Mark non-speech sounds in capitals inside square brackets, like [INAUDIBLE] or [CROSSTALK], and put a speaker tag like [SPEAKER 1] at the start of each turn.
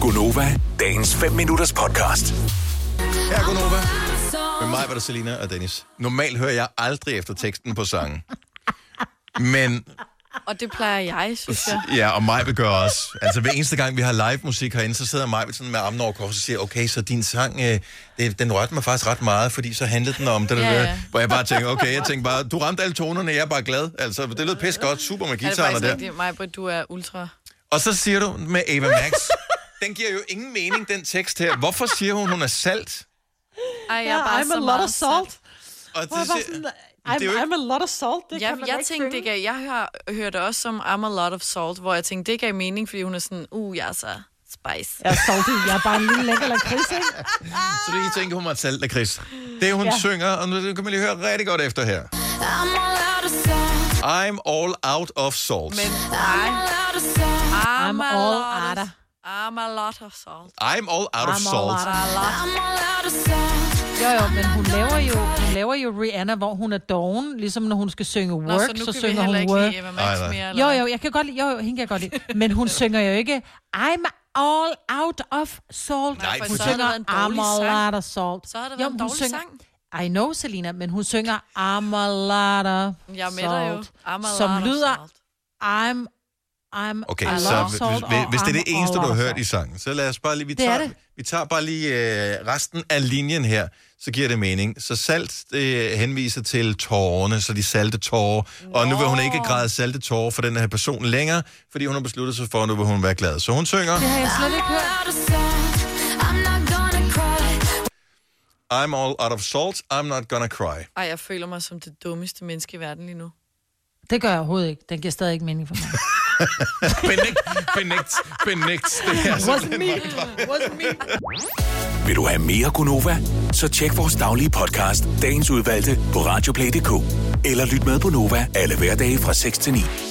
[SPEAKER 1] Gunova, dagens 5 minutters podcast.
[SPEAKER 2] Her er Gunova. Med mig var der Selina og Dennis. Normalt hører jeg aldrig efter teksten på sangen. Men,
[SPEAKER 3] Og det plejer jeg, synes
[SPEAKER 2] [LAUGHS]
[SPEAKER 3] jeg.
[SPEAKER 2] ja, og mig vil gøre også. Altså, hver eneste gang, vi har live musik herinde, så sidder mig sådan med armen over korset og siger, okay, så din sang, øh, det- den rørte mig faktisk ret meget, fordi så handlede den om det, der,
[SPEAKER 3] Ja,
[SPEAKER 2] ja,
[SPEAKER 3] ja.
[SPEAKER 2] ja. hvor jeg bare tænker, okay, jeg tænker bare, du ramte alle tonerne, jeg er bare glad. Altså, det lød pis godt, super med
[SPEAKER 3] Er det
[SPEAKER 2] guitarerne
[SPEAKER 3] faktisk
[SPEAKER 2] der.
[SPEAKER 3] rigtigt, Maja, du er ultra?
[SPEAKER 2] Og så siger du med Ava Max, den giver jo ingen mening, den tekst her. Hvorfor siger hun, hun er salt?
[SPEAKER 3] Ej, jeg
[SPEAKER 4] Ja,
[SPEAKER 3] er bare
[SPEAKER 4] I'm
[SPEAKER 3] så
[SPEAKER 4] a lot
[SPEAKER 3] meget
[SPEAKER 4] of salt.
[SPEAKER 2] Og det,
[SPEAKER 4] Hvor jeg bare
[SPEAKER 2] siger-
[SPEAKER 4] sådan,
[SPEAKER 2] det er jo
[SPEAKER 4] I'm,
[SPEAKER 2] ikke-
[SPEAKER 4] I'm a lot of salt. Det
[SPEAKER 3] Jeg,
[SPEAKER 4] kan man da
[SPEAKER 3] jeg
[SPEAKER 4] ikke
[SPEAKER 3] tænkte, det
[SPEAKER 4] synge.
[SPEAKER 3] gav, jeg har hørt det også som I'm a lot of salt, hvor jeg tænkte, det gav mening, fordi hun er sådan, uh, jeg er så spice.
[SPEAKER 4] Jeg er salty. Jeg er bare en lille lækker lakrids, ikke?
[SPEAKER 2] Så det, I tænker, hun var et salt af Chris. Det, hun ja.
[SPEAKER 4] Ja.
[SPEAKER 2] synger, og nu kan man lige høre rigtig godt efter her.
[SPEAKER 5] I'm all out of salt.
[SPEAKER 2] I'm all out of salt.
[SPEAKER 3] Men
[SPEAKER 2] Men...
[SPEAKER 3] nej,
[SPEAKER 5] All out of salt.
[SPEAKER 3] I'm,
[SPEAKER 4] I'm
[SPEAKER 3] a
[SPEAKER 4] all
[SPEAKER 3] lot
[SPEAKER 4] outta.
[SPEAKER 3] of, I'm a lot of salt.
[SPEAKER 2] I'm all out of
[SPEAKER 4] I'm all
[SPEAKER 2] salt.
[SPEAKER 4] out
[SPEAKER 3] A lot.
[SPEAKER 5] I'm all out of salt.
[SPEAKER 4] Jo, jo, men hun laver jo, hun laver jo Rihanna, hvor hun er doven. Ligesom når hun skal synge work,
[SPEAKER 3] Nå, så
[SPEAKER 4] så,
[SPEAKER 3] nu kan vi
[SPEAKER 4] synger hun
[SPEAKER 3] heller ikke
[SPEAKER 4] work.
[SPEAKER 3] lide Eva
[SPEAKER 2] Nej,
[SPEAKER 3] Max
[SPEAKER 2] nej.
[SPEAKER 3] mere, eller
[SPEAKER 4] Jo,
[SPEAKER 3] hvad?
[SPEAKER 4] jo, jeg kan godt lide, jo, jo, hende kan jeg godt lide. Men hun synger jo ikke, I'm all out of salt.
[SPEAKER 2] Nej, for
[SPEAKER 4] hun
[SPEAKER 2] så har
[SPEAKER 3] det
[SPEAKER 4] synger,
[SPEAKER 3] været en dårlig
[SPEAKER 4] I'm all
[SPEAKER 3] sang.
[SPEAKER 4] out of salt.
[SPEAKER 3] Så har det været
[SPEAKER 4] Jo,
[SPEAKER 3] en
[SPEAKER 4] men hun
[SPEAKER 3] dårlig
[SPEAKER 4] synger-
[SPEAKER 3] sang.
[SPEAKER 4] I know, Selina, men hun synger I'm a lot of
[SPEAKER 3] Jeg er med dig jo.
[SPEAKER 4] salt,
[SPEAKER 3] I'm a
[SPEAKER 4] som
[SPEAKER 3] lot of
[SPEAKER 4] lyder
[SPEAKER 3] salt.
[SPEAKER 4] I'm, I'm a
[SPEAKER 2] Okay,
[SPEAKER 4] lot
[SPEAKER 2] så
[SPEAKER 4] of
[SPEAKER 2] hvis,
[SPEAKER 4] salt,
[SPEAKER 2] hvis,
[SPEAKER 4] og
[SPEAKER 2] hvis det er det
[SPEAKER 4] I'm a
[SPEAKER 2] eneste, du
[SPEAKER 4] lot
[SPEAKER 2] har
[SPEAKER 4] of
[SPEAKER 2] hørt
[SPEAKER 4] salt.
[SPEAKER 2] i sangen, så lad os bare lige... Vi
[SPEAKER 4] Det er
[SPEAKER 2] tager,
[SPEAKER 4] det.
[SPEAKER 2] vi tager bare lige øh, resten af linjen her, så giver det mening. Så salt det henviser til tårerne, så de salte tårer. Og nu vil hun ikke græde salte tårer for den her person længere, fordi hun har besluttet sig for, at nu vil hun være glad. Så hun synger...
[SPEAKER 4] Det har jeg slet ikke
[SPEAKER 5] All
[SPEAKER 4] hørt.
[SPEAKER 5] out of salt. I'm not gonna cry.
[SPEAKER 2] I'm all out of salt, I'm not gonna cry.
[SPEAKER 3] Ej, jeg føler mig som det dummeste menneske i verden lige nu.
[SPEAKER 4] Det gør jeg overhovedet ikke. Den giver stadig ikke mening for mig.
[SPEAKER 2] Benægt, benægt, benægt. Det er altså
[SPEAKER 4] Wasn't me. Wasn't me.
[SPEAKER 1] Vil du have mere Gunova? Så tjek vores daglige podcast, dagens udvalgte, på radioplay.dk. Eller lyt med på Nova alle hverdage fra 6 til 9.